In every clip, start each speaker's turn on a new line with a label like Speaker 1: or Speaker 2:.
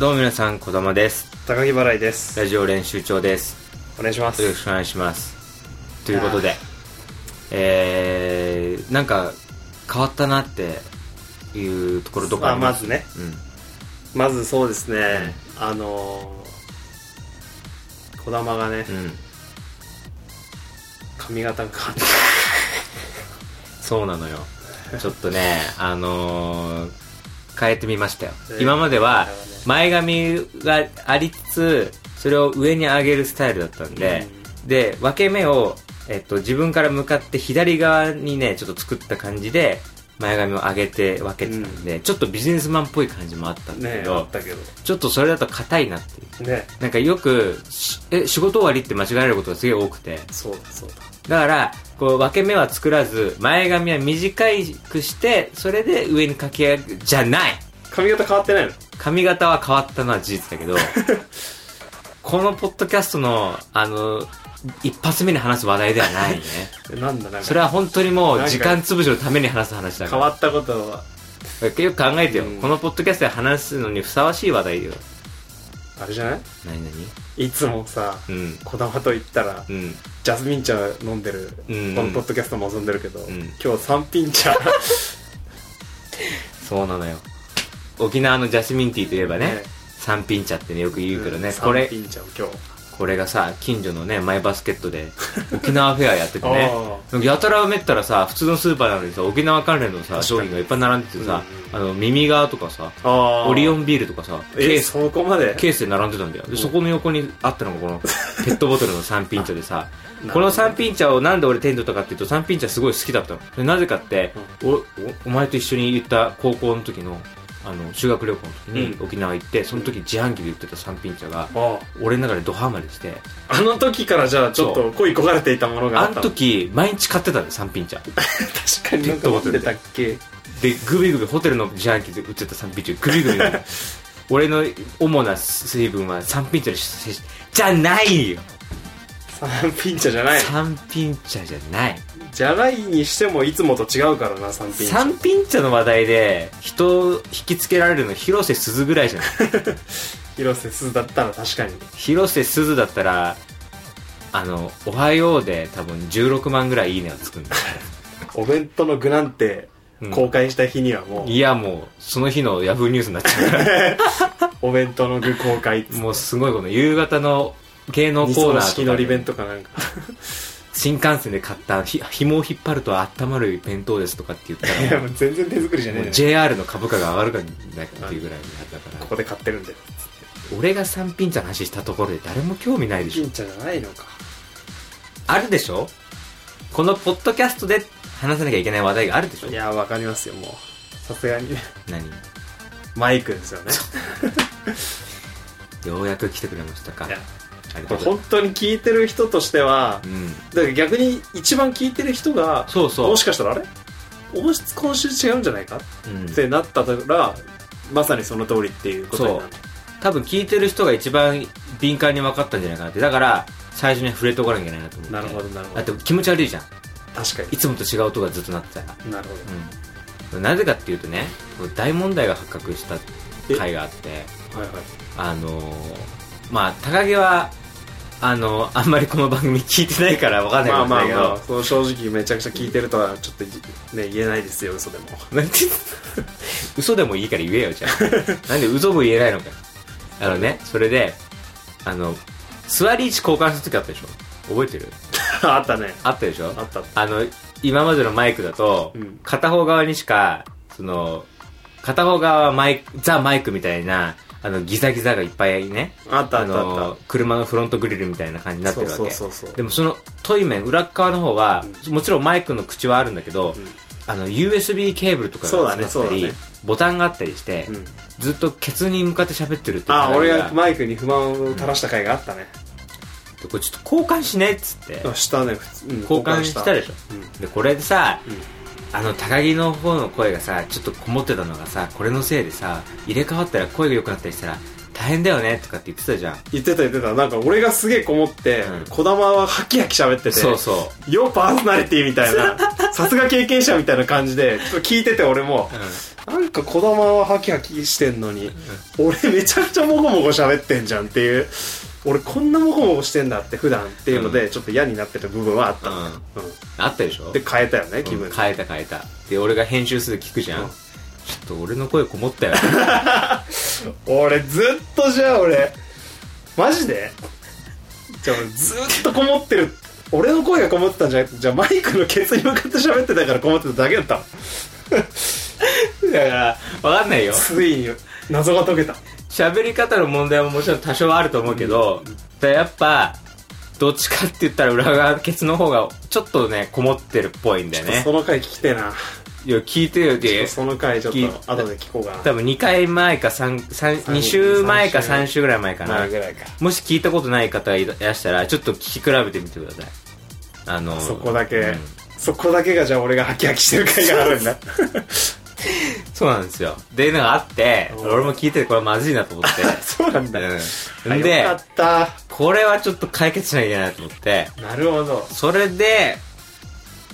Speaker 1: どうも皆さん、こだまです。
Speaker 2: 高木払いです
Speaker 1: ラジオ練習長です。
Speaker 2: お願いします
Speaker 1: よろしくお願いします。ということで、えー、なんか変わったなっていうところとか
Speaker 2: ま
Speaker 1: あ
Speaker 2: あ
Speaker 1: り
Speaker 2: ま
Speaker 1: ます。
Speaker 2: ずね
Speaker 1: うん。
Speaker 2: まずそうですね、あのー、児玉がね、
Speaker 1: うん。
Speaker 2: 髪型が変わって
Speaker 1: そうなの よ。ちょっとね、あのー、変えてみましたよ。
Speaker 2: えー
Speaker 1: 今までは
Speaker 2: なるほどね
Speaker 1: 前髪がありつつ、それを上に上げるスタイルだったんで、で、分け目を、えっと、自分から向かって左側にね、ちょっと作った感じで、前髪を上げて分けてたんで、ちょっとビジネスマンっぽい感じもあったんだけ
Speaker 2: ね
Speaker 1: ど、
Speaker 2: あったけど
Speaker 1: ちょっとそれだと硬いなっていう。
Speaker 2: ね
Speaker 1: なんかよく、しえ、仕事終わりって間違えることがすげえ多くて。
Speaker 2: そうだそう
Speaker 1: だ
Speaker 2: だ
Speaker 1: から、こう、分け目は作らず、前髪は短くして、それで上にかき上げる、じゃない
Speaker 2: 髪型変わってないの
Speaker 1: 髪型は変わったのは事実だけ ど、このポッドキャストの、あの、一発目に話す話題では ないね。
Speaker 2: えなんだなんか
Speaker 1: それは本当にもう
Speaker 2: なんか
Speaker 1: 時間潰しのために話す話だか
Speaker 2: 変
Speaker 1: ら。
Speaker 2: わったことは
Speaker 1: よく考えてよ、
Speaker 2: うん
Speaker 1: このポッドキャストで話すのにふさわしい話題よ。
Speaker 2: あれじゃない
Speaker 1: 何々
Speaker 2: いつもさ
Speaker 1: うん。
Speaker 2: 児玉と言ったら
Speaker 1: うん。
Speaker 2: ジャスミン茶飲んでる、
Speaker 1: うん
Speaker 2: このポッドキャストも遊んでるけど、
Speaker 1: ん
Speaker 2: 今日三品茶
Speaker 1: そうなのよ。沖縄のジャスミンティーといえばね、
Speaker 2: ね
Speaker 1: 三品茶ってね、よく言うけどね、
Speaker 2: うん
Speaker 1: これ
Speaker 2: 三、品茶を今日
Speaker 1: これがさ、近所のね、マイバスケットで、沖縄フェアやってて
Speaker 2: あ
Speaker 1: ね、やたらめったらさ、普通のスーパーなのにさ、沖縄関連のさ、
Speaker 2: 確かに
Speaker 1: 商品がいっぱい並んでてさ、
Speaker 2: う
Speaker 1: あの、耳側とかさ、
Speaker 2: あー
Speaker 1: オリオンビールとかさ、ケ
Speaker 2: え
Speaker 1: ース
Speaker 2: そこまで
Speaker 1: ケースで並んでたんだよでそこの横にあったのがこのペットボトルの三品茶で さ
Speaker 2: あ
Speaker 1: この三品茶をなんで俺手に取ったかっていうと三品茶すごい好きだったのでなぜかって、おおお前と一緒に行った高校の時のあの修学旅行の時に
Speaker 2: う
Speaker 1: 沖縄行って、その時自販機で売ってた三品茶が、
Speaker 2: あ
Speaker 1: 俺の中でドハマりして
Speaker 2: あの時からじゃあちょっ
Speaker 1: そ
Speaker 2: と恋焦がれていたものがあ
Speaker 1: あ
Speaker 2: っ
Speaker 1: の
Speaker 2: たの
Speaker 1: 時毎日買ってたんだよ三品茶
Speaker 2: 確かになんか持ってたっけ
Speaker 1: でグビグビホテルの自販機で売ってた三品茶グビグビ 俺の主な水分は三品茶にししじゃないよ
Speaker 2: 三品茶じゃない
Speaker 1: 三品茶じゃない
Speaker 2: じゃないにしてもいつもと違うからな三品茶
Speaker 1: 三品茶の話題で人を引きつけられるの広瀬すずぐらい じゃない
Speaker 2: 広瀬すずだったら確かに
Speaker 1: 広瀬すずだったらあの「おはよう」で多分16万ぐらいいいねがつくんだよ
Speaker 2: お弁当の具なんて
Speaker 1: うん
Speaker 2: 公開した日にはもう、
Speaker 1: いやもうその日のヤフーニュースになっちゃうから
Speaker 2: お弁当の具公開っ つって
Speaker 1: もうすごいこの夕方の芸能コ
Speaker 2: 二
Speaker 1: ーナ
Speaker 2: 層
Speaker 1: ー
Speaker 2: 式
Speaker 1: とか
Speaker 2: のり
Speaker 1: で
Speaker 2: 弁とかなんか
Speaker 1: 新幹線で買ったひ紐を引っ張ると温まる弁当ですとかって言った
Speaker 2: いや
Speaker 1: ら
Speaker 2: もう 全然手作りじゃね
Speaker 1: も
Speaker 2: え
Speaker 1: う
Speaker 2: よ
Speaker 1: JR の株価が上がるかないかっていうぐらいだか
Speaker 2: こ
Speaker 1: ら
Speaker 2: こで買ってるんで
Speaker 1: 俺が三品茶の話したところで誰も興味ないでしょ
Speaker 2: 品茶じゃないのか
Speaker 1: あるでしょこのポッドキャストで話さなきゃいけない話題があるでしょ
Speaker 2: いやわかりますよもうさすがにね
Speaker 1: 何
Speaker 2: マイクですよね
Speaker 1: ようやく来てくれましたか
Speaker 2: いや
Speaker 1: あり
Speaker 2: こ
Speaker 1: が
Speaker 2: れ
Speaker 1: とう
Speaker 2: 本当に聞いてる人としては
Speaker 1: うん
Speaker 2: だから逆に一番聞いてる人が
Speaker 1: そうそう
Speaker 2: もしかしたらあれ音質今週違うんじゃないかっ
Speaker 1: うん
Speaker 2: てなったらまさにその通りっていうことになる
Speaker 1: 多分聞いてる人が一番敏感に分かったんじゃないかなってだから最初に触れておかなきゃいけないなと思って
Speaker 2: なるほどなるほ
Speaker 1: だって
Speaker 2: ど
Speaker 1: 気持ち悪いじゃん
Speaker 2: 確か
Speaker 1: いつもと違う音がずっと鳴ってたら
Speaker 2: になるほ
Speaker 1: うんなぜかっていうとねこう大問題が発覚した回があって
Speaker 2: どはいはい
Speaker 1: あのーまあ高木はあのーあんまりこの番組聞いてないから分かんないか
Speaker 2: まあ
Speaker 1: もしれ
Speaker 2: ま
Speaker 1: な
Speaker 2: あ
Speaker 1: いけど、
Speaker 2: まあその正直めちゃくちゃ聞いてるとはちょっとね言えないですよ 嘘でも
Speaker 1: なんて嘘でもいいから言えよじゃあ なんで嘘も言えないのかよあのねそれであの座り位置交換する時あったでしょ覚えてる
Speaker 2: あったね
Speaker 1: あったでしょ
Speaker 2: あった
Speaker 1: あの今までのマイクだと、
Speaker 2: うん
Speaker 1: 片方側にしかその片方側はマイクザ・マイクみたいなあのギザギザがいっぱいね
Speaker 2: あったあった
Speaker 1: の
Speaker 2: あっ
Speaker 1: 車のフロントグリルみたいな感じにな
Speaker 2: た
Speaker 1: って
Speaker 2: そう
Speaker 1: るわけ
Speaker 2: そうそうそう
Speaker 1: でもそのトイ面裏側の方は、もちろんマイクの口はあるんだけど、
Speaker 2: ん
Speaker 1: あの USB ケーブルとか
Speaker 2: そうだ
Speaker 1: が
Speaker 2: ね
Speaker 1: 詰まったり、
Speaker 2: そうだね
Speaker 1: ボタンがあったりして、
Speaker 2: うん
Speaker 1: ずっとケツに向かって喋ってるっていう
Speaker 2: あ
Speaker 1: 課題
Speaker 2: 俺がマイクに不満を垂らした回があったね
Speaker 1: これちょっと交換しねっつって、
Speaker 2: あしたね普通うん
Speaker 1: 交換したでしょ
Speaker 2: うん
Speaker 1: でこれでさ、
Speaker 2: うん
Speaker 1: あの高木の方の声がさちょっとこもってたのがさこれのせいでさ入れ替わったら声が良くなったりしたら大変だよねとかって言ってたじゃん
Speaker 2: 言ってた言ってたなんか俺がすげえこもって、
Speaker 1: うん
Speaker 2: 児玉はハキハキ喋ってて
Speaker 1: そうそ
Speaker 2: よパーソナリティみたいなさすが経験者みたいな感じでちょっと聞いてて俺も
Speaker 1: う、
Speaker 2: なんか子供はハキハキしてんのに、俺めちゃくちゃもごもご喋ってんじゃんっていう、俺こんなもごもごしてんだって普段っていうので、ちょっと嫌になってた部分はあったのね、うん
Speaker 1: あったでしょ
Speaker 2: で、変えたよね、気
Speaker 1: う
Speaker 2: 分、
Speaker 1: ん変えた変えたで俺が編集数聞くじゃん、
Speaker 2: うん
Speaker 1: ちょっと俺の声こもったよ
Speaker 2: 俺ずっとじゃあ俺、マジでじゃあ俺ずっとこもってる。俺の声がこもってたんじゃなくて、じゃあマイクのケツに向かって喋ってたからこもってただけだったの。
Speaker 1: だからわかんないよ
Speaker 2: ついに謎が解けた。
Speaker 1: 喋り方の問題ももちろん多少はあると思うけど、だやっぱどっちかって言ったら裏側ケツの方がちょっとねこもってるっぽいんだよね
Speaker 2: その回聞きてえな。
Speaker 1: いや聞いてよで
Speaker 2: その回ちょっと後で聞こうかな。
Speaker 1: 多分2回前か三三
Speaker 2: 三
Speaker 1: 2週前か
Speaker 2: 三週
Speaker 1: 3週ぐらい前かな、
Speaker 2: 前ぐらいか。
Speaker 1: もし聞いたことない方がいらしたらちょっと聞き比べてみてくださいあの
Speaker 2: そこだけ、
Speaker 1: うん
Speaker 2: そこだけがじゃあ俺がハキハキしてる回があるんだ。
Speaker 1: そうなんですよでいうのがあって
Speaker 2: おー
Speaker 1: 俺も聞いててこれまずいなと思って
Speaker 2: そうなん だ。
Speaker 1: うん、
Speaker 2: あ
Speaker 1: で
Speaker 2: よかっ
Speaker 1: これはちょっと解決しなきゃいけないなと思って
Speaker 2: た。なるほど。
Speaker 1: それで、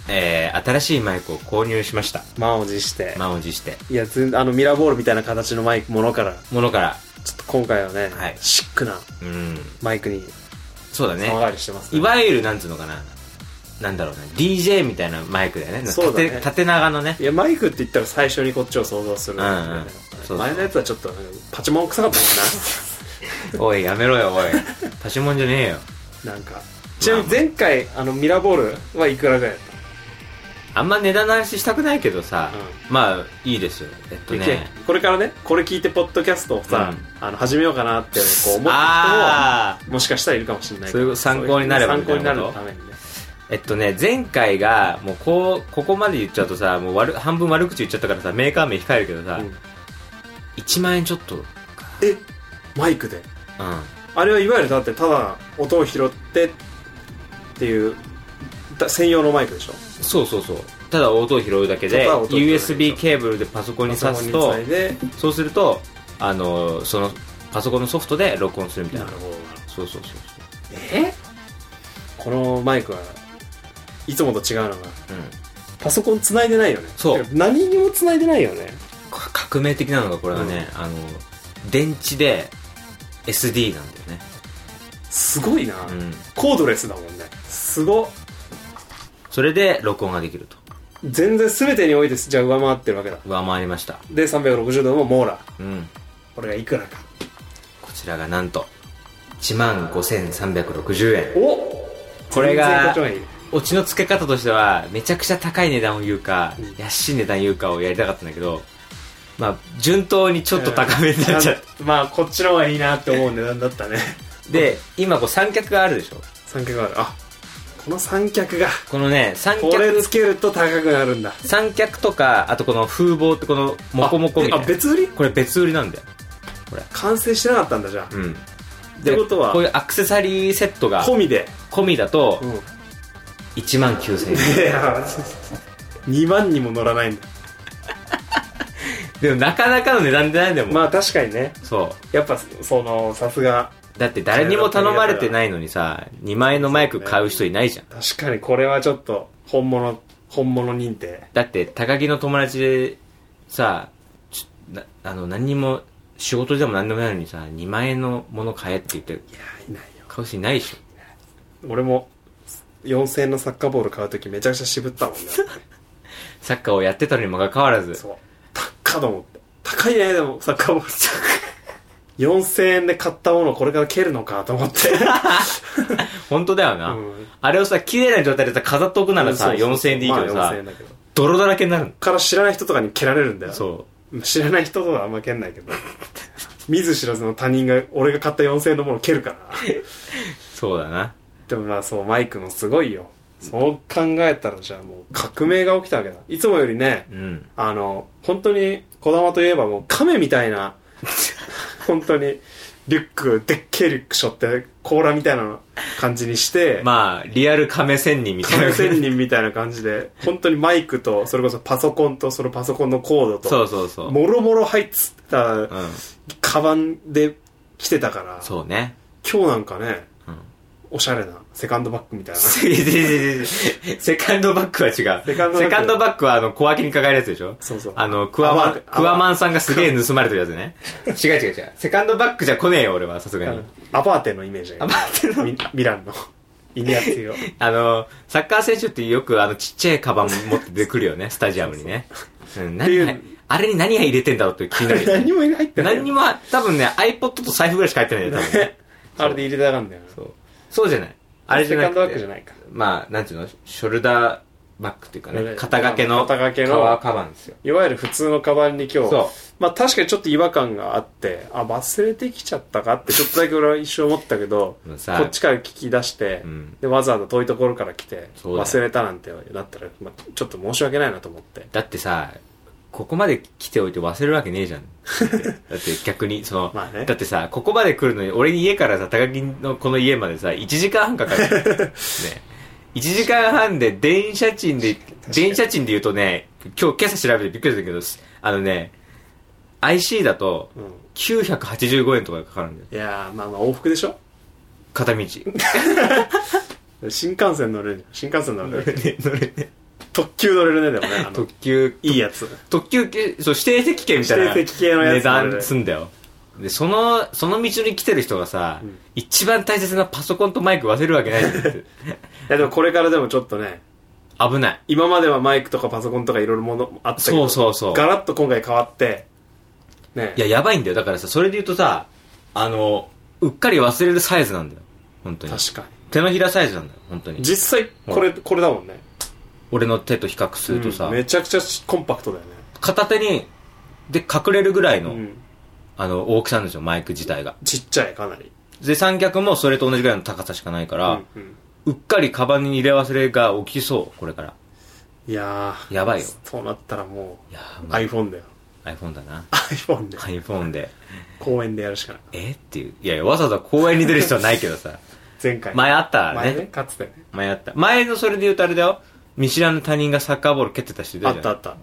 Speaker 1: えー、新しいマイクを購入しました。
Speaker 2: 満を持して。
Speaker 1: 満を持して。
Speaker 2: いや、全あの、ミラーボールみたいな形のマイク、ものから、
Speaker 1: ものから。
Speaker 2: ちょっと今回はね、
Speaker 1: はい
Speaker 2: シックな
Speaker 1: うん。
Speaker 2: マイクに
Speaker 1: そうだね
Speaker 2: 様変。わりしてます、
Speaker 1: いわゆる、なんつうのかな。なんだろうね。DJ みたいなマイクだよね。
Speaker 2: そうだね
Speaker 1: 縦縦長のね
Speaker 2: い。や、マイクって言ったら最初にこっちを想像する、
Speaker 1: うんうんそうそう
Speaker 2: 前のやつはちょっと、パチモン臭かったも
Speaker 1: おい、やめろよ、おい。パチモンじゃねえよ。
Speaker 2: んな。なんか。ちなみに前回、あの、ミラーボールはいくらぐらいだっ
Speaker 1: あんま値段の話したくないけどさ。
Speaker 2: う
Speaker 1: まあ、いいですよ。えっと
Speaker 2: た、
Speaker 1: ね。
Speaker 2: これからね、これ聞いて、ポッドキャストをさ、あの始めようかなってこう思ってる人は、
Speaker 1: あ
Speaker 2: もしかしたらいるかもしれない
Speaker 1: そういう参考になれば
Speaker 2: 参考になる
Speaker 1: みたいな
Speaker 2: ためにね
Speaker 1: ーえっとね、前回が、もうこう、ここまで言っちゃうとさ、もう悪、半分悪口言っちゃったからさ、メーカー名控えるけどさ、
Speaker 2: うん
Speaker 1: 1万円ちょっと、うん。
Speaker 2: えマイクであれはいわゆるだってただ音を拾ってっていうだ専用のマイクでしょ
Speaker 1: そうそうそうただ音を拾うだけで
Speaker 2: ただ音を拾うだけでしょ
Speaker 1: USB ケーブルでパソコンに挿す
Speaker 2: パソ
Speaker 1: と
Speaker 2: コンにつないで
Speaker 1: そうするとあのそのパソコンのソフトで録音するみたい
Speaker 2: な
Speaker 1: な
Speaker 2: るほど
Speaker 1: そうそうそう
Speaker 2: えこのマイクはいつもと違うのが
Speaker 1: そう、うん、
Speaker 2: パソコンつないでないよね
Speaker 1: そう
Speaker 2: 何にもつないでないよね
Speaker 1: か革命的なのがこれはね、あの電池で SD なんだよね、
Speaker 2: すごいな、
Speaker 1: うん、
Speaker 2: コードレスだもんねすごっ
Speaker 1: それで録音ができると
Speaker 2: 全然全てにおいてじゃあ上回ってるわけだ
Speaker 1: 上回りました、
Speaker 2: で360度のモーラー
Speaker 1: うん、
Speaker 2: これがいくらか
Speaker 1: こちらがなんと1万5360円
Speaker 2: お
Speaker 1: これが
Speaker 2: 全然こっちの方いい
Speaker 1: オチの付け方としてはめちゃくちゃ高い値段を言うか、
Speaker 2: うん
Speaker 1: 安い値段言うかをやりたかったんだけどまあ順当にちょっと高めになっちゃって、
Speaker 2: うんまあこっちの方がいいなって思う値段 だったね
Speaker 1: で今こう三脚があるでしょ
Speaker 2: 三脚があるあこの三脚が
Speaker 1: このね三
Speaker 2: これ
Speaker 1: 脚
Speaker 2: つけると高くなるんだ
Speaker 1: 三脚とかあとこの風貌ってこのモコモコみたい
Speaker 2: あ
Speaker 1: な
Speaker 2: 別売り
Speaker 1: これ別売りなんだよ
Speaker 2: 完成してなかったんだじゃあ
Speaker 1: うん
Speaker 2: ってことは
Speaker 1: こういうアクセサリーセットが
Speaker 2: 込みで、
Speaker 1: 込みだと
Speaker 2: うん、い
Speaker 1: 1万9000円
Speaker 2: や2万にも乗らないんだ
Speaker 1: でもなかなかの値段でないんだもん、
Speaker 2: まあ確かにね
Speaker 1: そ
Speaker 2: やっぱそのさすが
Speaker 1: うだって誰にも頼まれてないのにさ2万円のマイク買う人いないじゃん
Speaker 2: 確かにこれはちょっと本物本物認定
Speaker 1: だって高木の友達でさちょなあの何にも仕事でも何でもないのにさ2万円のもの買えって言って
Speaker 2: いやいないよ
Speaker 1: 買う人いないでしょ
Speaker 2: 俺も4000円のサッカーボール買う時めちゃくちゃ渋っ たもんね
Speaker 1: サッカーをやってたのにもかかわらず
Speaker 2: そう高っと思って高いねでもサッカーボール4000円で買ったものをこれから蹴るのかと思って、
Speaker 1: 本当だよな、
Speaker 2: うん
Speaker 1: あれをさ綺麗な状態でさ飾っとくならさ、
Speaker 2: そうそう
Speaker 1: 4000円でいいけどさ、
Speaker 2: まあ4000円だけど
Speaker 1: 泥だらけになる
Speaker 2: から知らない人とかに蹴られるんだよ
Speaker 1: のそ
Speaker 2: 知らない人とはあんま蹴んないけど見ず知らずの他人が俺が買った4000円のものを蹴るから
Speaker 1: うそうだな
Speaker 2: でもまあそうマイクもすごいよそう考えたらじゃあもう革命が起きたわけだいつもよりね
Speaker 1: うん
Speaker 2: あの、本当に、児玉といえばもう亀みたいな、 本当に、リュック、でっけえリュック背負って、甲羅みたいな感じにして、
Speaker 1: まあリアル亀仙人みたい
Speaker 2: 亀
Speaker 1: な
Speaker 2: 仙人みたいな感じで、本当にマイクと、それこそパソコンと、そのパソコンのコード
Speaker 1: そ
Speaker 2: と、
Speaker 1: うそうそう
Speaker 2: もろもろ入ってた、
Speaker 1: うん
Speaker 2: カバンで来てたから、
Speaker 1: そうね
Speaker 2: 今日なんかね、
Speaker 1: うん
Speaker 2: おしゃれなセカンドバッグみたいな。
Speaker 1: いやいやいやいやセカンドバッグは違う。セ
Speaker 2: カンドバッグ
Speaker 1: バッグはあの、小脇に抱えるやつでしょ
Speaker 2: そうそう
Speaker 1: あの、クワマ
Speaker 2: あま
Speaker 1: ン、クワマンさんがすげえ盗まれてるやつね。違う違う違う。セカンドバッグじゃ来ねえよ、俺は、さすがに。
Speaker 2: アパーテのイメージだよ
Speaker 1: アパーテの
Speaker 2: ミミラン の。イニアツよ。
Speaker 1: あの、サッカー選手ってよくあの、ちっちゃいカバン持って出てくるよ ね、スタジアムにね。うん、何が
Speaker 2: っていう
Speaker 1: あれに何が入れてんだろうって気にな るよね
Speaker 2: 何。にも入ってない。
Speaker 1: 何にも、多分ね、iPod と財布ぐらいしか入ってないよ、多分ね。
Speaker 2: あれで入れたがんだよな。
Speaker 1: そう。そうじゃない。あれじゃな
Speaker 2: セカンドバ
Speaker 1: く
Speaker 2: ッグじゃ
Speaker 1: て、
Speaker 2: ないか。
Speaker 1: まあ、なんていうの、ショルダーバッグっていうか
Speaker 2: う
Speaker 1: ね、
Speaker 2: ん
Speaker 1: 肩掛けの、
Speaker 2: 肩掛けの
Speaker 1: 革カバンですよ。
Speaker 2: いわゆる普通のカバンに今日
Speaker 1: そ、
Speaker 2: まあ確かにちょっと違和感があって、あ、忘れてきちゃったかってちょっとだけ俺は一瞬思ったけど、
Speaker 1: もう
Speaker 2: こ
Speaker 1: さ
Speaker 2: っちから聞き出して、
Speaker 1: うん
Speaker 2: で、わざわざ遠いところから来て、
Speaker 1: そうだよ
Speaker 2: 忘れたなんてなったら、まあ、ちょっと申し訳ないなと思って。
Speaker 1: だってさ、ここまで来ておいて忘れるわけねえ じゃん。だって逆に、その、
Speaker 2: まあね
Speaker 1: だってさ、ここまで来るのに、俺に家からさ、高木のこの家までさ、1時間半かかる。 ね。1時間半で電車賃で、電車賃で言うとね、今日、今朝調べてびっくりしたけど、あのね、IC だと
Speaker 2: うん。
Speaker 1: 985円とかかかるんだよ。
Speaker 2: いやー、まあまあ往復でしょ
Speaker 1: 片 道。
Speaker 2: 新幹線乗れるじゃん新幹線 乗れる。
Speaker 1: 乗れね。
Speaker 2: 特急乗れるね、でもね。あの
Speaker 1: 特急、
Speaker 2: いいやつ。
Speaker 1: 特急系、そう、指定席券みたいな。
Speaker 2: 指定席系のやつ
Speaker 1: 値段すんだよ。で、その、その道に来てる人がさ、
Speaker 2: うん
Speaker 1: 一番大切なパソコンとマイク忘れるわけないじゃん
Speaker 2: いやでもこれからでもちょっとね、
Speaker 1: 危ない。
Speaker 2: 今まではマイクとかパソコンとかいろいろものあったけど、
Speaker 1: そうそうそう
Speaker 2: ガラッと今回変わって、ね。
Speaker 1: いや、やばいんだよ。だからさ、それで言うとさ、あの、うっかり忘れるサイズなんだよ。本当に。
Speaker 2: 確か
Speaker 1: 手のひらサイズなんだよ。本当
Speaker 2: に。
Speaker 1: に。
Speaker 2: 実際、これ、これだもんね。
Speaker 1: 俺の手と比較するとさ、
Speaker 2: うんめちゃくちゃコンパクトだよね。
Speaker 1: 片手に、で、隠れるぐらいうの、
Speaker 2: ん。
Speaker 1: あの、大きさなんですよ、マイク自体が。
Speaker 2: ちっちゃい、かなり。
Speaker 1: で、三脚もそれと同じぐらいの高さしかないから、
Speaker 2: うんうん
Speaker 1: うっかりカバンに入れ忘れが起きそう、これから。
Speaker 2: いやー。
Speaker 1: やばいよ
Speaker 2: そうなったらも
Speaker 1: いや
Speaker 2: う、
Speaker 1: ー、ま
Speaker 2: iPhone だよ。
Speaker 1: iPhone だな
Speaker 2: iPhone で。
Speaker 1: iPhone で
Speaker 2: 公園でやるしかない。
Speaker 1: えっていういやいやわざわざ公園に出る必要はないけどさ
Speaker 2: 前回。
Speaker 1: 前あった
Speaker 2: 前ね
Speaker 1: ね。
Speaker 2: かつてね。
Speaker 1: 前あった前のそれで言うとあれだよ見知らぬ他人がサッカーボール蹴ってた人い
Speaker 2: あ
Speaker 1: たじゃ
Speaker 2: っ
Speaker 1: ん
Speaker 2: たあった。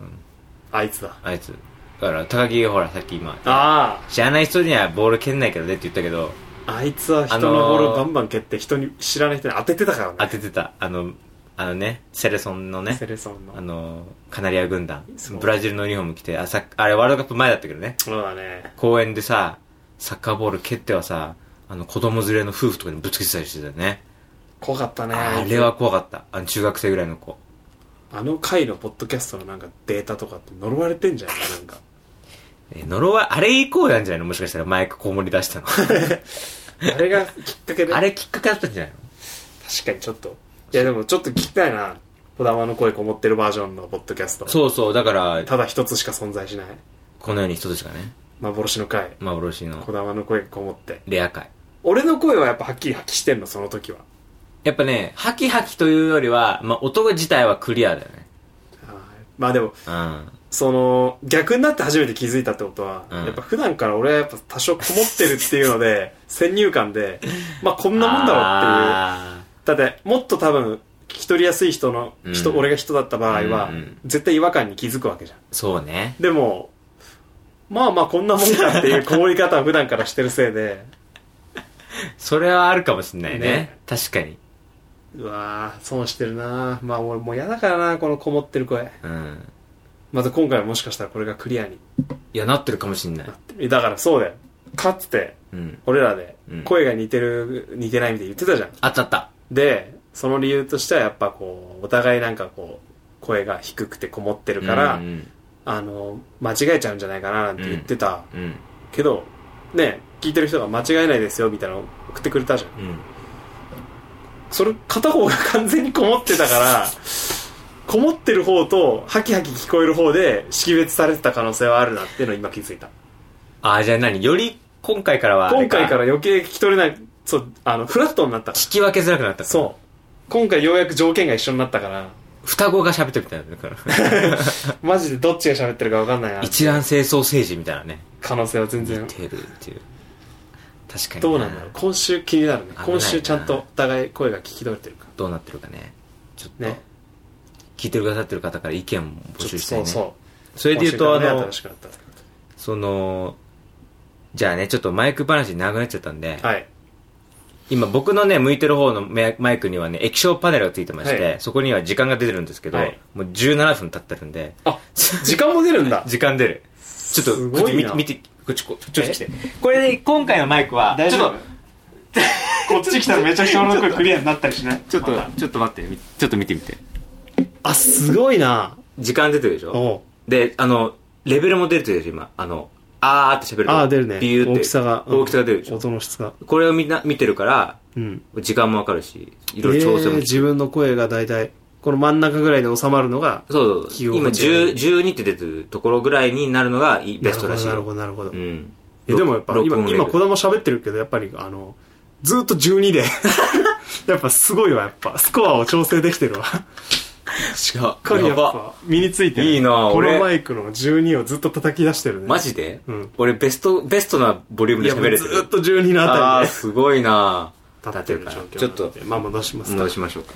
Speaker 2: あいつだ。
Speaker 1: あいつだから高木ほらさっき今
Speaker 2: あ
Speaker 1: 知らない人にはボール蹴んないけどねって言ったけど
Speaker 2: あ。あいつは人のボールをバンバン蹴って、人に、知らない人に当ててたからね。
Speaker 1: 当ててたあのあのねセレソンのね
Speaker 2: セレソンの
Speaker 1: あ。のカナリア軍団
Speaker 2: そう
Speaker 1: ブラジルのユニフォーム着てあさあれワールドカップ前だったけどね
Speaker 2: そうだね。
Speaker 1: 公園でさサッカーボール蹴ってはさあの子供連れの夫婦とかにぶつけてたりしてたよね
Speaker 2: 怖かったね。
Speaker 1: あれは。怖かった。あの中学生ぐらいの子。
Speaker 2: あの回のポッドキャストのなんかデータとかって呪われてんじゃないなんか。
Speaker 1: え呪わ、あれ以降なんじゃないのもしかしたらマイクこもり出したの。
Speaker 2: あれがきっかけ で。
Speaker 1: あれきっかけだったんじゃないの
Speaker 2: 確かにちょっと。いやでもちょっと聞きたいな。小玉の声こもってるバージョンのポッドキャスト。
Speaker 1: そうそう、だから、
Speaker 2: ただ一つしか存在しない。
Speaker 1: このように一つしかね、
Speaker 2: 幻の回。
Speaker 1: 幻の
Speaker 2: 小玉の声こもって。
Speaker 1: レア回。
Speaker 2: 俺の声はやっぱはっきり発揮してんの、その時は。
Speaker 1: やっぱね、ハキハキというよりは、まあ、音自体はクリアだよね。
Speaker 2: あーまあでも、
Speaker 1: うん。
Speaker 2: その、逆になって初めて気づいたってことは、
Speaker 1: うん
Speaker 2: やっぱ普段から俺はやっぱ多少こもってるっていうので、 先入観で、まあこんなもんだろうっていう。
Speaker 1: あ
Speaker 2: だってもっと多分聞き取りやすい人の人、
Speaker 1: うん
Speaker 2: 俺が人だった場合は、
Speaker 1: うんうん
Speaker 2: 絶対違和感に気づくわけじゃん
Speaker 1: ーそうね。
Speaker 2: でもまあまあこんなもんかっていうこもり方を普段からしてるせいで
Speaker 1: それはあるかもしんないね。
Speaker 2: ね
Speaker 1: 確かに。
Speaker 2: うわー損してるなまあ俺もう嫌だからなこのこもってる声
Speaker 1: うん。
Speaker 2: また今回はもしかしたらこれがクリアに
Speaker 1: いや、なってるかもしんない
Speaker 2: なっ。てるだからそうだよかつて
Speaker 1: うん。
Speaker 2: 俺らで
Speaker 1: うん
Speaker 2: 声が似てる、似てないみたいに言ってたじゃん
Speaker 1: あったあった。
Speaker 2: でその理由としてはやっぱこうお互いなんかこう声が低くてこもってるから、
Speaker 1: うん
Speaker 2: あの、間違えちゃうんじゃないかななんて言ってた、
Speaker 1: うん。うん。
Speaker 2: けど、ね、聞いてる人が間違えないですよみたいなの送ってくれたじゃん。
Speaker 1: うん。
Speaker 2: それ、片方が完全にこもって たから、こもってる方と、ハキハキ聞こえる方で識別されてた可能性はあるなっていうのを今気づいた。
Speaker 1: ああ、じゃあ何より今回からはあれ
Speaker 2: 今回から余計聞き取れない、そう、あの、フラットになった。
Speaker 1: 聞き分けづらくなったから
Speaker 2: そう。今回ようやく条件が一緒になったから、
Speaker 1: 双子が喋ってるみたいなだから
Speaker 2: マジでどっちが喋ってるか分かんないな。
Speaker 1: 一卵性双生児みたいなね
Speaker 2: 可能性は全然。
Speaker 1: テるっていう確かに
Speaker 2: どうなんだろう。今週気になるね
Speaker 1: 危ない。な
Speaker 2: 今週ちゃんとお互い声が聞き取れてるか。
Speaker 1: どうなってるかねちょっと、
Speaker 2: ね
Speaker 1: 聞いてくださってる方から意見も募集したいね
Speaker 2: そうそう
Speaker 1: それで言うとあ
Speaker 2: 今週からね
Speaker 1: の
Speaker 2: 新しくなったんですけ
Speaker 1: そのじゃあねちょっとマイク話長くなっちゃったんで、
Speaker 2: どはい
Speaker 1: 今僕のね、向いてる方のメマイクにはね、液晶パネルがついてまして、
Speaker 2: は
Speaker 1: そこには時間が出てるんですけど、
Speaker 2: はい
Speaker 1: もう17分経ってるんで、
Speaker 2: あ、時間も出るんだ。
Speaker 1: 時間出る。ちょっと、
Speaker 2: すごい
Speaker 1: こ
Speaker 2: な
Speaker 1: っち見て、見てこっちこ、ちょっと来て。これで、今回のマイクは、ちょっと、
Speaker 3: こっち来たらめちゃくちゃ俺の声クリアになったりしない
Speaker 1: ちょっと
Speaker 3: また、
Speaker 1: ちょっと待って、みちょっと見てみて。
Speaker 2: あ、すごいな。
Speaker 1: 時間出てるでしょ
Speaker 2: おう
Speaker 1: で、あの、レベルも出るでしょ、今。あの、あーって喋ると
Speaker 2: ああ、出るね。
Speaker 1: ビューって。
Speaker 2: 大きさが。うん
Speaker 1: 大きさが出るでしょ。
Speaker 2: 音の質が。
Speaker 1: これをみんな見てるから、
Speaker 2: うん。
Speaker 1: 時間もわかるし、いろいろ調整
Speaker 2: えー
Speaker 1: も。
Speaker 2: 自分の声が大体、この真ん中ぐらいに収まるのが、
Speaker 1: そうそう
Speaker 2: 企
Speaker 1: そう。
Speaker 2: 業
Speaker 1: 今
Speaker 2: の
Speaker 1: 10、12って出てるところぐらいになるのがいいベストらしいよ。
Speaker 2: なるほど、なるほど、な
Speaker 1: う
Speaker 2: るほど。
Speaker 1: ん。
Speaker 2: えでもやっぱ、
Speaker 1: 録
Speaker 2: 今、
Speaker 1: 音レベル
Speaker 2: 今子供喋ってるけど、やっぱり、あの、ずーっと12で。 やっぱすごいわ、やっぱ。スコアを調整できてるわ。し
Speaker 1: しっ
Speaker 2: っかりやっぱ、身についてる。
Speaker 1: いいなぁ
Speaker 2: こ
Speaker 1: 俺
Speaker 2: のマイクの12をずっと叩き出してるね。
Speaker 1: マジで、
Speaker 2: うん
Speaker 1: 俺ベスト、ベストなボリューム
Speaker 2: い
Speaker 1: で
Speaker 2: や、も
Speaker 1: 喋れ
Speaker 2: う
Speaker 1: てる。
Speaker 2: ずーっと12の
Speaker 1: あ
Speaker 2: あ
Speaker 1: あ、
Speaker 2: た
Speaker 1: すごいな
Speaker 2: りで立ってる状況なので。
Speaker 1: ちょっと、
Speaker 2: まあ戻しますか
Speaker 1: 戻しましょうか。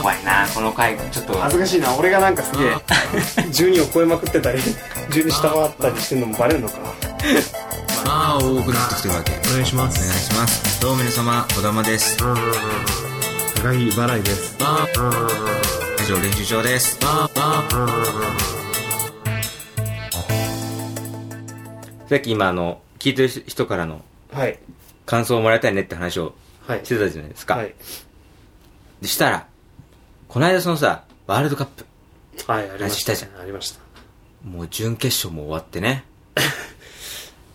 Speaker 1: 怖いなこの回、ちょっと。
Speaker 2: 恥ずかしいな俺がなんかすげえ12を超えまくってたり12下回ったりしてんのもバレるのかな
Speaker 1: ああ、多くなってきてるわけ。
Speaker 2: お願いしま
Speaker 1: お願いします。どうも皆様、小玉です。
Speaker 2: 高木払いです
Speaker 1: 以上、練習場です。さっき今、あの、聞いてる人からの
Speaker 2: はい
Speaker 1: 感想をもらいたいねって話を
Speaker 2: はい
Speaker 1: してたじゃないですか。
Speaker 2: はい
Speaker 1: でしたら、この間そのさ、ワールドカップ、
Speaker 2: はいありま
Speaker 1: 話し
Speaker 2: したた
Speaker 1: じゃ
Speaker 2: ありました
Speaker 1: もう準決勝も終わってね。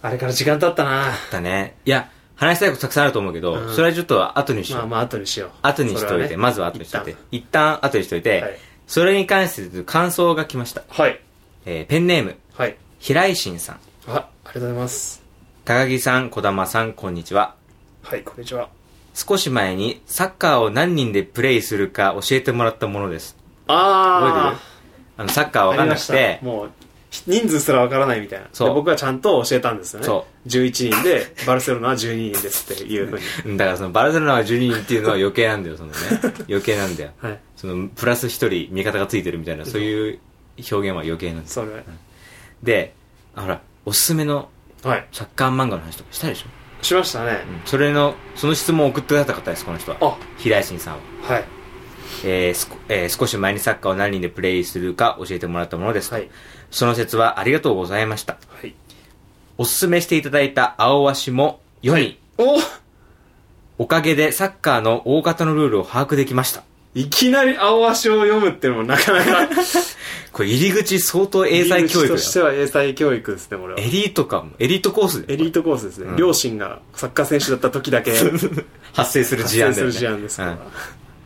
Speaker 2: あれから時間経ったな
Speaker 1: だね。いや、話したいことたくさんあると思うけど、
Speaker 2: うん
Speaker 1: それはちょっと後にしよう。
Speaker 2: まあまあ後にしよう
Speaker 1: 後にしといて、
Speaker 2: それはね
Speaker 1: まずは後にしといて。一旦後にしといて、
Speaker 2: はい
Speaker 1: それに関して感想が来ました。
Speaker 2: はい
Speaker 1: えーペンネーム、
Speaker 2: はい
Speaker 1: 平井新さん。
Speaker 2: あありがとうございます
Speaker 1: 高木さん、小玉さん、こんにちは。
Speaker 2: はいこんにちは
Speaker 1: 少し前にサッカーを何人でプレイするか教えてもらったものです。覚えて
Speaker 2: あ
Speaker 1: るあの、サッカー
Speaker 2: あ
Speaker 1: わかんなくて、
Speaker 2: もう人数すらわからないみたいな
Speaker 1: そう
Speaker 2: で僕はちゃんと教えたんですよね
Speaker 1: そ
Speaker 2: 11人でバルセロナは12人ですっていうふ うに
Speaker 1: うんだからそのバルセロナは12人っていうのは余計なんだよ、その ね。余計なんだよ。
Speaker 2: はい
Speaker 1: その、プラス1人味方がついてるみたいな、そういう表現は余計なんです。
Speaker 2: それ
Speaker 1: で、あほら、おすすめの
Speaker 2: はい
Speaker 1: サッカー漫画の話とかしたでしょ
Speaker 2: しましたね
Speaker 1: それの、その質問を送ってくださった方です、この人は。
Speaker 2: あ
Speaker 1: 平井新さんは。
Speaker 2: はい
Speaker 1: えーすこえー少し前にサッカーを何人でプレイするか教えてもらったものですと。
Speaker 2: はい
Speaker 1: その説はありがとうございました。
Speaker 2: はい
Speaker 1: おすすめしていただいた青鷲も4人、
Speaker 2: お
Speaker 1: おかげでサッカーの大方のルールを把握できました。
Speaker 2: いきなり青足を読むってのもなかなか
Speaker 1: これ入り口相当 英才教育
Speaker 2: 入り口と
Speaker 1: だ
Speaker 2: して
Speaker 1: よ。
Speaker 2: は英才教育ですね俺は
Speaker 1: エリートかも。エリートコースで。
Speaker 2: エリートコースですね、
Speaker 1: うん
Speaker 2: 両親がサッカー選手だった時だけ 発
Speaker 1: 発生する事
Speaker 2: 生
Speaker 1: 案だ
Speaker 2: す
Speaker 1: よ
Speaker 2: る
Speaker 1: ね。
Speaker 2: 事案ですから、
Speaker 1: うん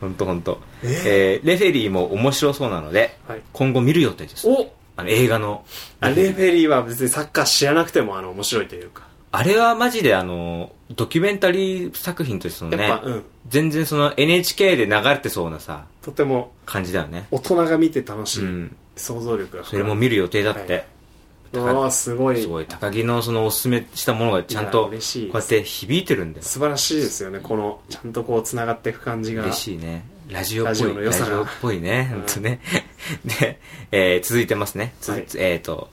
Speaker 1: ほんとほんと。えーレフェリーも面白そうなので、
Speaker 2: はい
Speaker 1: 今後見る予定です。
Speaker 2: お
Speaker 1: あの映画の。
Speaker 2: あレフェリーは別にサッカー知らなくてもあの面白いというか
Speaker 1: あれはマジであの、ドキュメンタリー作品としての
Speaker 2: や
Speaker 1: ね、
Speaker 2: っぱ、うん
Speaker 1: 全然その NHK で流れてそうなさ、
Speaker 2: とても
Speaker 1: 感じだよね。
Speaker 2: 大人が見て楽し
Speaker 1: う
Speaker 2: い、
Speaker 1: ん。
Speaker 2: 想像力が
Speaker 1: それも見る予定だって。
Speaker 2: ああすごい
Speaker 1: すごい、高木のそのおすすめしたものがちゃん
Speaker 2: いや
Speaker 1: と、こ
Speaker 2: 嬉しいう
Speaker 1: やって響いてるんだよ。
Speaker 2: 素晴らしいですよねこのちゃんとこうつながっていく感じが
Speaker 1: 嬉しいね。ラジオっぽい。
Speaker 2: ラ
Speaker 1: ラ
Speaker 2: ジ
Speaker 1: ジ
Speaker 2: オの良さが
Speaker 1: オっぽいね。
Speaker 2: う
Speaker 1: ほん
Speaker 2: ん
Speaker 1: とね。 で、えー続いてますね。つ
Speaker 2: はい
Speaker 1: えっ、と、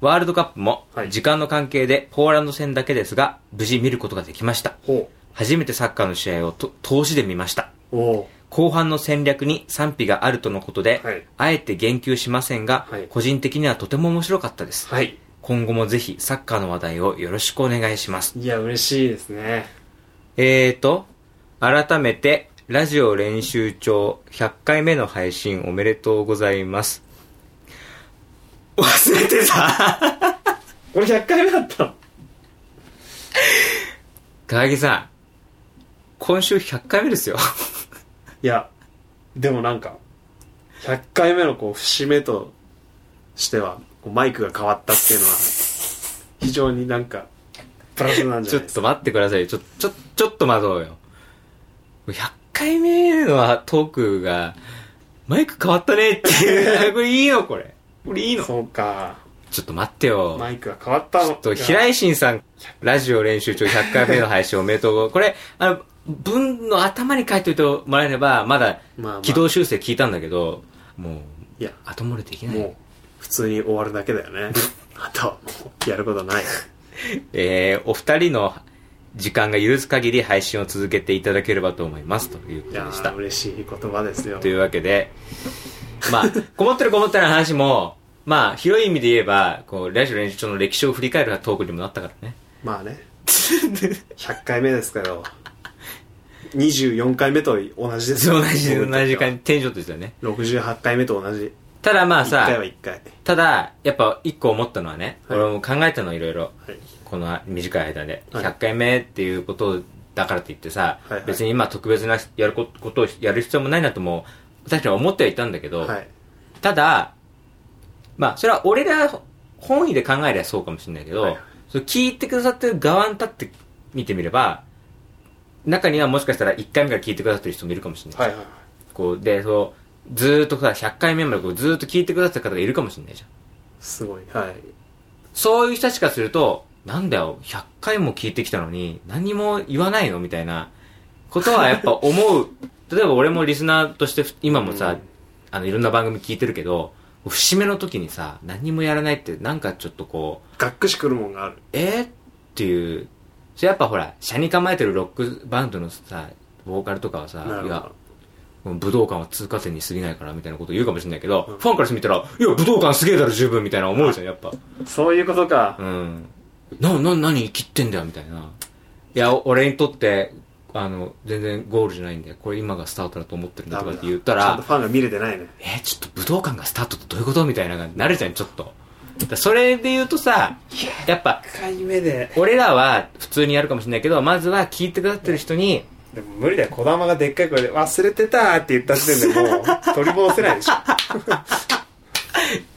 Speaker 1: ワールドカップも
Speaker 2: は、い
Speaker 1: 時間の関係でポーランド戦だけですが、無事見ることができました。
Speaker 2: ほ
Speaker 1: 初めてサッカーの試合をと投資で見ました。
Speaker 2: うおう
Speaker 1: 後半の戦略に賛否があるとのことで、
Speaker 2: はい
Speaker 1: あえて言及しませんが、
Speaker 2: はい
Speaker 1: 個人的にはとても面白かったです。
Speaker 2: はい
Speaker 1: 今後もぜひサッカーの話題をよろしくお願いします。
Speaker 2: いや嬉しいですね
Speaker 1: えーと、改めて、ラジオ練習帳100回目の配信おめでとうございます。忘れてた
Speaker 2: これ100回目だったの
Speaker 1: 高木さん、今週100回目ですよ。
Speaker 2: いや、でもなんか、100回目のこう、節目としては、こうマイクが変わったっていうのは、非常になんか、プラスなんじ
Speaker 1: ち
Speaker 2: ゃ
Speaker 1: ょっ
Speaker 2: ないです
Speaker 1: と待ってくださいよ。ちょ、ちょ、ちょっと待とうよ。100回目のトークが、マイク変わったねっていう。これいいのこれ。これいい
Speaker 2: か。
Speaker 1: の
Speaker 2: そうか。
Speaker 1: ちょっと待ってよ。
Speaker 2: マイクが変わったの。
Speaker 1: ちょっと、平井新さん、ラジオ練習中100回目の配信おめでとう。これ、あの、文の頭に書いておいてもらえれば、まだ
Speaker 2: まあまあ、
Speaker 1: 軌道修正聞いたんだけど、もう、
Speaker 2: いや、
Speaker 1: 後漏れできな
Speaker 2: も。、
Speaker 1: いう
Speaker 2: 普通に終 わるだけだよね。あとはもう、やることない。
Speaker 1: えー、お二人の時間が許す限り配信を続けていただければと思いますというこ
Speaker 2: い
Speaker 1: と
Speaker 2: や
Speaker 1: でした
Speaker 2: ー嬉しい言葉ですよ
Speaker 1: というわけで、まあ、こもってるこもってない話も、まあ、広い意味で言えば、こう、ラジオ練習長の歴史を振り返るトークにもなったからね。
Speaker 2: まあね100回目ですけど24回目と同じです
Speaker 1: 同じ、同じ感じ、テンションとしてはね。
Speaker 2: 68回目と同じ
Speaker 1: ただまあ
Speaker 2: 1
Speaker 1: さ
Speaker 2: 回、は1回
Speaker 1: ただ、やっぱ一個思ったのはね、
Speaker 2: はい
Speaker 1: 俺も考えたのいろいろ、
Speaker 2: はい
Speaker 1: この短い間で、
Speaker 2: はい
Speaker 1: 100回目っていうことだからといってさ、
Speaker 2: はいはい
Speaker 1: 別に今特別なやることことをやる必要もないなとも、確かに思ってはいたんだけど、
Speaker 2: はい
Speaker 1: ただ、まあ、それは俺ら本意で考えればそうかもしれないけど、
Speaker 2: はい
Speaker 1: その聞いてくださってる側に立って見てみれば、中にはもしかしたら1回目から聞いてくださってる人もいるかもしれない。
Speaker 2: はいはいはい
Speaker 1: こう、で、そう、ずーっとさ、100回目までこうずーっと聞いてくださってる方がいるかもしれないじゃん。
Speaker 2: すごいはい
Speaker 1: そういう人たちからすると、なんだよ、100回も聞いてきたのに、何も言わないのみたいな、ことはや っぱ思う。例えば俺もリスナーとして、今もさ、
Speaker 2: うん
Speaker 1: あの、いろんな番組聞いてるけど、節目の時にさ、何もやらないって、なんかちょっとこう、
Speaker 2: がっくしくるもんがある
Speaker 1: えー、っていう、それやっぱほら、車に構えてるロックバンドのさ、ボーカルとかは
Speaker 2: な
Speaker 1: さ、
Speaker 2: る
Speaker 1: い
Speaker 2: ほ
Speaker 1: や
Speaker 2: ど、
Speaker 1: 武道館は通過点に過ぎないからみたいなこと言うかもしれないけど、
Speaker 2: うん
Speaker 1: ファンからしてみたら、いや、武道館すげえだろ十分みたいな思うじゃん、やっぱ。
Speaker 2: そういうこと
Speaker 1: う
Speaker 2: か
Speaker 1: ん。な、な、何切ってんだよ、みたいな。いや、お俺にとって、あの、全然ゴールじゃないんで、これ今がスタートだと思ってるんだとかって言った
Speaker 2: ちゃんと
Speaker 1: ら、
Speaker 2: ファンが見れてないね
Speaker 1: えーちょっと武道館がスタートってどういうことみたいな感じになるじゃん、ちょっと。だからそれで言うとさ、やっぱ、
Speaker 2: 1回目で
Speaker 1: 俺らは普通にやるかもしれないけど、まずは聞いてくださってる人に、
Speaker 2: でも無理だよ児玉がでっかい声で「忘れてた」って言った時点でもう取り戻せないでしょ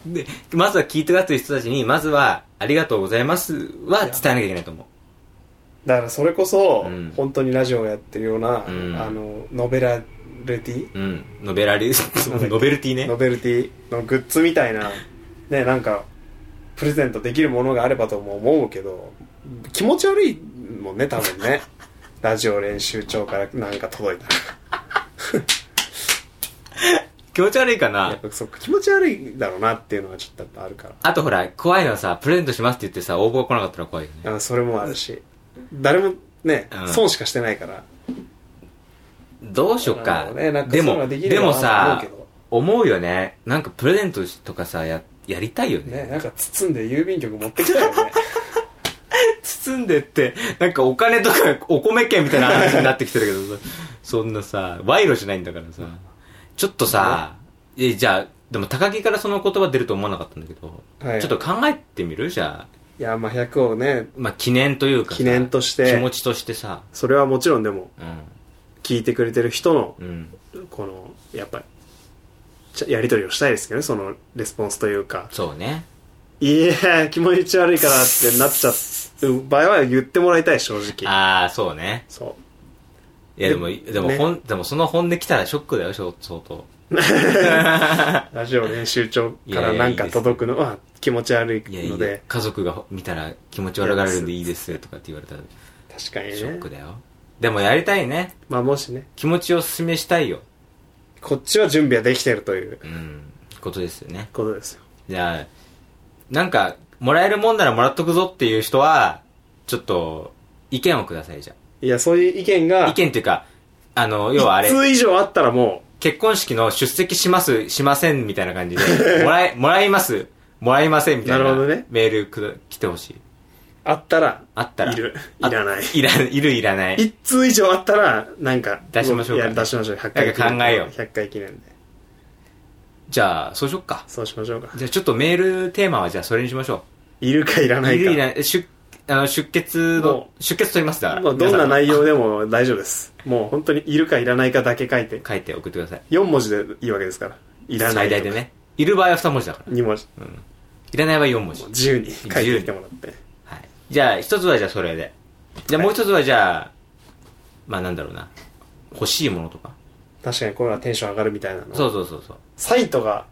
Speaker 1: で、まずは聞いてくださってる人たちに、まずは、ありがとうございますは伝えなきゃいけないと思う。
Speaker 2: だからそれこそ、
Speaker 1: うん
Speaker 2: 本当にラジオをやってるような、
Speaker 1: うん
Speaker 2: あのノベラルティ
Speaker 1: うん。ノベラリ、 ノベルティね
Speaker 2: ノ。ベルティのグッズみたいなねなんかプレゼントできるものがあればとも思うけど気持ち悪いもんね多分 ねラジオ練習帳からなんか届いた
Speaker 1: 気持ち悪いからな
Speaker 2: やっぱそう気持ち悪いだろうなっていうのはちょっとやっぱあるか
Speaker 1: あとほら、怖いのはさ、プレゼントしますって言ってさ、応募が来なかったら怖いよね。
Speaker 2: らあそれもあるし誰もね、
Speaker 1: うん
Speaker 2: 損しかしてないから
Speaker 1: どうしよっ
Speaker 2: な
Speaker 1: か。
Speaker 2: るほどねなんか
Speaker 1: で
Speaker 2: そういうの
Speaker 1: も、
Speaker 2: ができれ
Speaker 1: で
Speaker 2: ばな
Speaker 1: も
Speaker 2: 思う
Speaker 1: さ
Speaker 2: けど、
Speaker 1: 思うよね。なんかプレゼントとかさ、や、やりたいよね。
Speaker 2: ねなんか包んで郵便局持ってきたよね
Speaker 1: 包んでって、なんかお金とかお米券みたいな話になってきてるけどさ、そんなさ、賄賂しないんだからさ。ちょっとさ、え、じゃあ、でも高木からその言葉出ると思わなかったんだけど、
Speaker 2: はい
Speaker 1: ちょっと考えてみるじゃあ、
Speaker 2: いやまあ100をね
Speaker 1: まあ記念というかさ
Speaker 2: 記念として
Speaker 1: 気持ちとしてさ、
Speaker 2: それはもちろんでも
Speaker 1: う
Speaker 2: 聞いてくれてる人の
Speaker 1: ん、うん、
Speaker 2: このやっぱりちゃやり取りをしたいですけどねそのレスポンスというか
Speaker 1: そうね。
Speaker 2: いや気持ち悪いからってなっちゃう場合は言ってもらいたい正直
Speaker 1: ああ、そうね。
Speaker 2: そ
Speaker 1: いやでも、
Speaker 2: で
Speaker 1: でも、
Speaker 2: ね
Speaker 1: ほん、でもその本音来たらショックだよ、相相 当。
Speaker 2: うラジオ練習帳
Speaker 1: い
Speaker 2: か
Speaker 1: や
Speaker 2: ら
Speaker 1: いや
Speaker 2: ない
Speaker 1: い
Speaker 2: ん
Speaker 1: です
Speaker 2: か届くのは気持ち悪い
Speaker 1: いやい
Speaker 2: の
Speaker 1: や
Speaker 2: で、
Speaker 1: 家族が見たら気持ち悪がられるんでいいですよとかって言われたら
Speaker 2: 確か
Speaker 1: ショッ
Speaker 2: に
Speaker 1: ク
Speaker 2: ね
Speaker 1: だよ。でもやりたいね。
Speaker 2: まあもしね
Speaker 1: 気持ちを示したいよ。
Speaker 2: こっちは準備はできてるという
Speaker 1: うん、ことですよね。
Speaker 2: ことですよ
Speaker 1: じゃあ、なんか、もらえるもんならもらっとくぞっていう人は、ちょっと、意見をください、じゃ
Speaker 2: いやそういう意見
Speaker 1: あ。
Speaker 2: が
Speaker 1: 意見っていうか、あの、要はあれ
Speaker 2: 一、通以上あったらも
Speaker 1: 結婚式の出席します、しませんみたいな感じで、も らえ、もらいます、もらいませんみたいな
Speaker 2: なるほどね
Speaker 1: メールくだ来てほしい。
Speaker 2: うあったら
Speaker 1: あったら。
Speaker 2: いる
Speaker 1: あ
Speaker 2: いらない
Speaker 1: いら、いるいらない。
Speaker 2: 一通以上あったらなんか
Speaker 1: 出しましょうか
Speaker 2: いや出しましょう100回記念
Speaker 1: なんか考えよう
Speaker 2: 100回記念で
Speaker 1: じゃあ、そうしよっか。
Speaker 2: そうしましょうか
Speaker 1: じゃあちょっとメールテーマはじゃあそれにしましょ
Speaker 2: いるかいら
Speaker 1: う。
Speaker 2: ないい
Speaker 1: る
Speaker 2: か
Speaker 1: いらない。出、あの、出血の
Speaker 2: も、
Speaker 1: 出血取りますだから。
Speaker 2: もうどんな
Speaker 1: 皆さ
Speaker 2: 内容でも大丈夫ですもう本当にいるかいらないかだけ書いて
Speaker 1: 書いて送ってください。
Speaker 2: 4文字でいいわけですからいらない
Speaker 1: 最
Speaker 2: と
Speaker 1: 大でね。いる場合は2文字だから。
Speaker 2: 2文字
Speaker 1: いらない場合4文字
Speaker 2: もう。自由に書いてきてもらって
Speaker 1: はい。じゃあ、一つはじゃあそれで。じゃあもう一つはじゃあ、まあなんだろうな。欲しいものとか。
Speaker 2: 確かにこういうのはテンション上がるみたいな
Speaker 1: そ
Speaker 2: の
Speaker 1: うそうそうそう。
Speaker 2: サイトが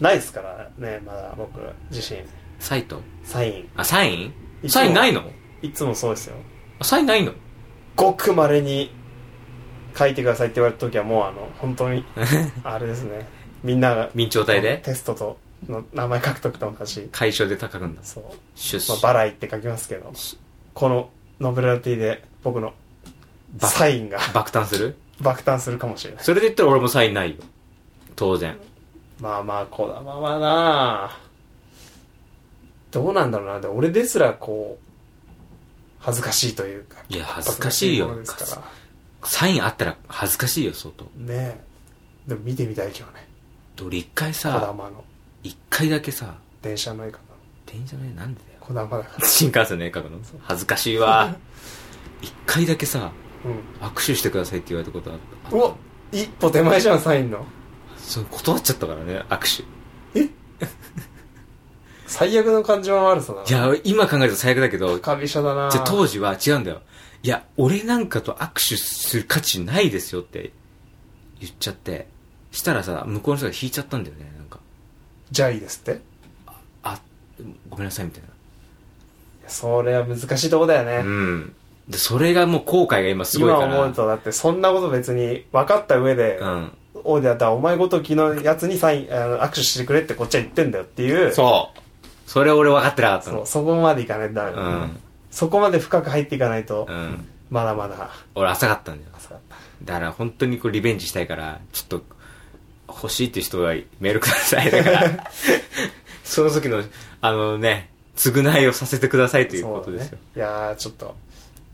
Speaker 2: ないですからねまだ僕自身
Speaker 1: サイト
Speaker 2: サイン
Speaker 1: あ、サイン
Speaker 2: いつも
Speaker 1: サインないの
Speaker 2: いつもそうですよ
Speaker 1: あサインない の
Speaker 2: ごくまれに書いてくださいって言われた時はもうあの 本当にあれですねみんなが
Speaker 1: 民調体で
Speaker 2: テストとの名前書く時と同じ
Speaker 1: 解消で高くんだ。
Speaker 2: そう、
Speaker 1: 出
Speaker 2: まあ、
Speaker 1: 資。
Speaker 2: バライって書きますけどこのノベルティで僕の
Speaker 1: ば
Speaker 2: サインが
Speaker 1: 爆誕する
Speaker 2: 爆誕するかもしれない
Speaker 1: それで言ったら俺もサインないよ。当然。
Speaker 2: まあまあこだままなあどうなんだろうなで俺ですらこう恥ずかしいというか
Speaker 1: いや恥ずかしいよ
Speaker 2: ものですから
Speaker 1: サインあったら恥ずかしいよ、相当。
Speaker 2: ねえでも見てみたいけどね
Speaker 1: で俺一回
Speaker 2: こだ
Speaker 1: さ、
Speaker 2: まの
Speaker 1: 一回だけさ、
Speaker 2: 電車の絵かな
Speaker 1: 電車の絵なんでだよ。
Speaker 2: こだまだか
Speaker 1: 新幹線の絵描くの恥ずかしい わ。一回だけさ、
Speaker 2: らうん
Speaker 1: 握手してくださいって言われたことあった。
Speaker 2: うわ一歩手前じゃんサインの
Speaker 1: そう断っちゃったからね、握
Speaker 2: 最悪の感じは悪さだな
Speaker 1: 手。いや、今考えると最悪だけど、
Speaker 2: 高飛車だな
Speaker 1: じゃあ当時は違うんだよ。いや、俺なんかと握手する価値ないですよって言っちゃって、したらさ、向こうの人が引いちゃったんだよね、なんか。
Speaker 2: じゃあいいですってい
Speaker 1: あ、ごめんなさいみたい
Speaker 2: やそれは難しいとこだよね、
Speaker 1: な。うん。で、それがもう後悔が今すごい
Speaker 2: 今
Speaker 1: から。
Speaker 2: 思うとだってそんなこと別に分かった上で、
Speaker 1: うん。
Speaker 2: おいだったらお前ごときのやつにサインあの握手してくれってこっちは言ってんだよっていう
Speaker 1: そう。それ俺分かってなかった
Speaker 2: そう
Speaker 1: の。
Speaker 2: そこまでいかないとダメ
Speaker 1: う
Speaker 2: だ、
Speaker 1: ん。
Speaker 2: そこまで深く入っていかないと、
Speaker 1: うん。
Speaker 2: まだまだ
Speaker 1: 俺浅かったんだよ。
Speaker 2: 浅かった
Speaker 1: だから本当にこうリベンジしたいから、ちょっと欲しいっていう人がメールください。だ から、その時の、あのね、償いをさせてくださいということですよ。
Speaker 2: そうだねいやーちょっと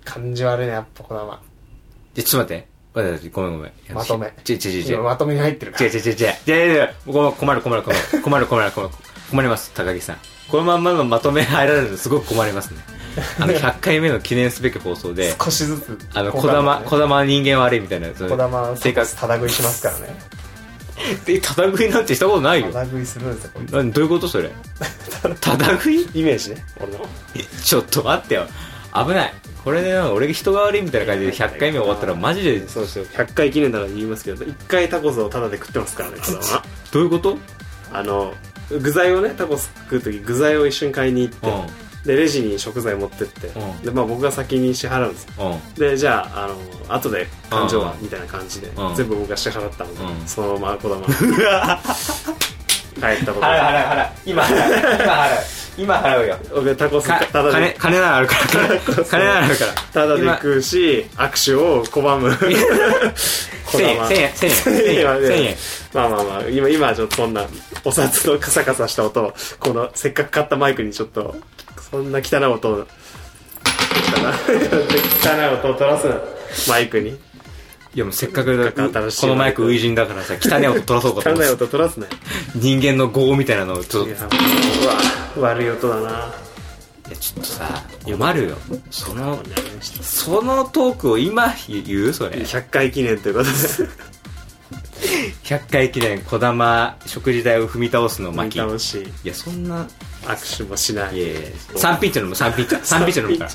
Speaker 2: 感じ悪いねやっぱこだま
Speaker 1: じゃ、ちょっと待って。待って待ってごめんごめん。
Speaker 2: まとめ
Speaker 1: ちょちょちょち
Speaker 2: 今
Speaker 1: ょ。
Speaker 2: まとめに入ってるか
Speaker 1: 違う違
Speaker 2: ら
Speaker 1: う違う違う。じゃじゃ困る困る困る困る。困る困る困る。困ります、高木さん。このまんまのまとめ入られるのすごく困りますね。あの、100回目の記念すべき放送で、
Speaker 2: 少しずつ
Speaker 1: あの、こだま、こだまは人間悪いみたいなやつ。
Speaker 2: こだま
Speaker 1: 性
Speaker 2: 生
Speaker 1: 格
Speaker 2: 活。ただ食いしますからね
Speaker 1: え、ただ食いなんてしたことない よ
Speaker 2: た。だ食いするんですよこいつ
Speaker 1: などういうことそれ。ただ食い
Speaker 2: イメージね俺の
Speaker 1: ちょっと待ってよ。危ない。これでなんか俺が人が悪いみたいな感じで100回目終わったらマジで、
Speaker 2: そうですよ100回記念だから言いますけど1回タコスをタダで食ってますからねこだま
Speaker 1: どういうこと
Speaker 2: あの具材をねタコス食う時具材を一緒に買いに行って、
Speaker 1: うん。
Speaker 2: でレジに食材持ってって、
Speaker 1: うん
Speaker 2: でまあ、僕が先に支払うんですよ
Speaker 1: うん。
Speaker 2: でじゃああの後で勘定は
Speaker 1: うん
Speaker 2: みたいな感じで、
Speaker 1: うん
Speaker 2: 全部僕が支払ったので、
Speaker 1: うん
Speaker 2: そのままこ だま帰ったこと
Speaker 1: 払う
Speaker 2: が
Speaker 1: 払う払う今払う今払う今払うよ
Speaker 2: 僕がタコス
Speaker 1: か
Speaker 2: タダ
Speaker 1: 金
Speaker 2: で
Speaker 1: 金ならあるから金金ならあるから
Speaker 2: タダで
Speaker 1: 今
Speaker 2: 食うし握手を拒 むこ
Speaker 1: 1000円1000円1000円1000円
Speaker 2: まあまあまあ今今はちょっとそんなお札のカサカサした音をこのせっかく買ったマイクにちょっとそんな汚い音を汚い汚い音を取らすなマイクに
Speaker 1: いやもうせっかくだから
Speaker 2: 新しい
Speaker 1: このマイク初陣だからさ汚い音取らそうかと
Speaker 2: 汚
Speaker 1: 思っ
Speaker 2: い
Speaker 1: て
Speaker 2: 音取らすなよ
Speaker 1: 人間の業みたいなのをちょっ
Speaker 2: い
Speaker 1: と
Speaker 2: やうわ悪い音だない
Speaker 1: やちょっとさ困るよその
Speaker 2: ちょっ
Speaker 1: そのトークを今言うそ
Speaker 2: と
Speaker 1: れ
Speaker 2: 100回記念ということで
Speaker 1: 100回記念こだま食事代を踏み倒すの
Speaker 2: 見
Speaker 1: 巻い
Speaker 2: 倒し
Speaker 1: やそんな
Speaker 2: 握手もしないい
Speaker 1: やいや三品茶飲む三品茶 三品茶飲むから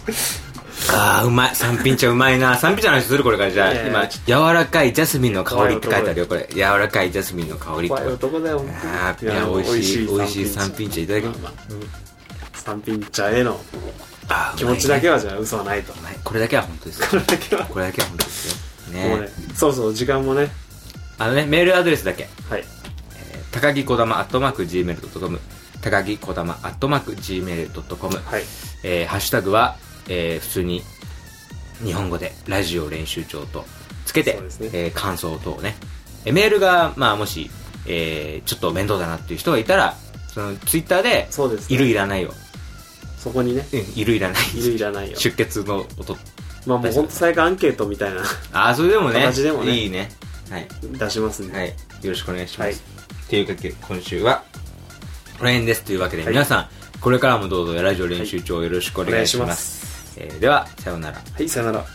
Speaker 1: ああうまい三品茶うまいな三品茶の話するこれからじゃあ
Speaker 2: いやいや
Speaker 1: 今柔らかいジャスミンの香りって書いてあるよこれ柔らかいジャスミンの香りって
Speaker 2: 怖い男だよ本当に
Speaker 1: あーいや美味しい美味しい三品茶いただき
Speaker 2: ま
Speaker 1: ま
Speaker 2: あ
Speaker 1: す
Speaker 2: まあ三品茶への
Speaker 1: あー
Speaker 2: 気持ちだけはじゃあ嘘はないと
Speaker 1: うまいこれだけは本当です
Speaker 2: こ
Speaker 1: よ
Speaker 2: れだけは
Speaker 1: これだけは本当ですよ
Speaker 2: もうね
Speaker 1: ね
Speaker 2: そうそう時間もね
Speaker 1: あのねメールアドレスだけ
Speaker 2: はい
Speaker 1: 高木こだまアットマーク Gmail.com 高木こだまアットマーク Gmail.com
Speaker 2: はい
Speaker 1: えーハッシュタグは、えー普通に日本語でラジオ練習帳とつけて
Speaker 2: そうですね
Speaker 1: えー感想等をね、えーメールが、まあ、もし、えーちょっと面倒だなっていう人がいたらそのツイッターで
Speaker 2: そうです
Speaker 1: い
Speaker 2: ね
Speaker 1: るいらないを、
Speaker 2: そこにね
Speaker 1: うん、いるいらない
Speaker 2: いるいらないよ
Speaker 1: 出血の音
Speaker 2: まあもう本当最後アンケートみたいな
Speaker 1: ああそれでもね
Speaker 2: 形でもね
Speaker 1: いいねはい、
Speaker 2: 出しますんで
Speaker 1: はい、よろしくお願いします、
Speaker 2: はい
Speaker 1: というわけで今週はこの辺ですというわけで、
Speaker 2: はい
Speaker 1: 皆さんこれからもどうぞラジオ練習帳をよろしくお
Speaker 2: お願
Speaker 1: 願
Speaker 2: い
Speaker 1: いし
Speaker 2: し
Speaker 1: ます,、
Speaker 2: ます
Speaker 1: えーではさようなら
Speaker 2: はいさよなら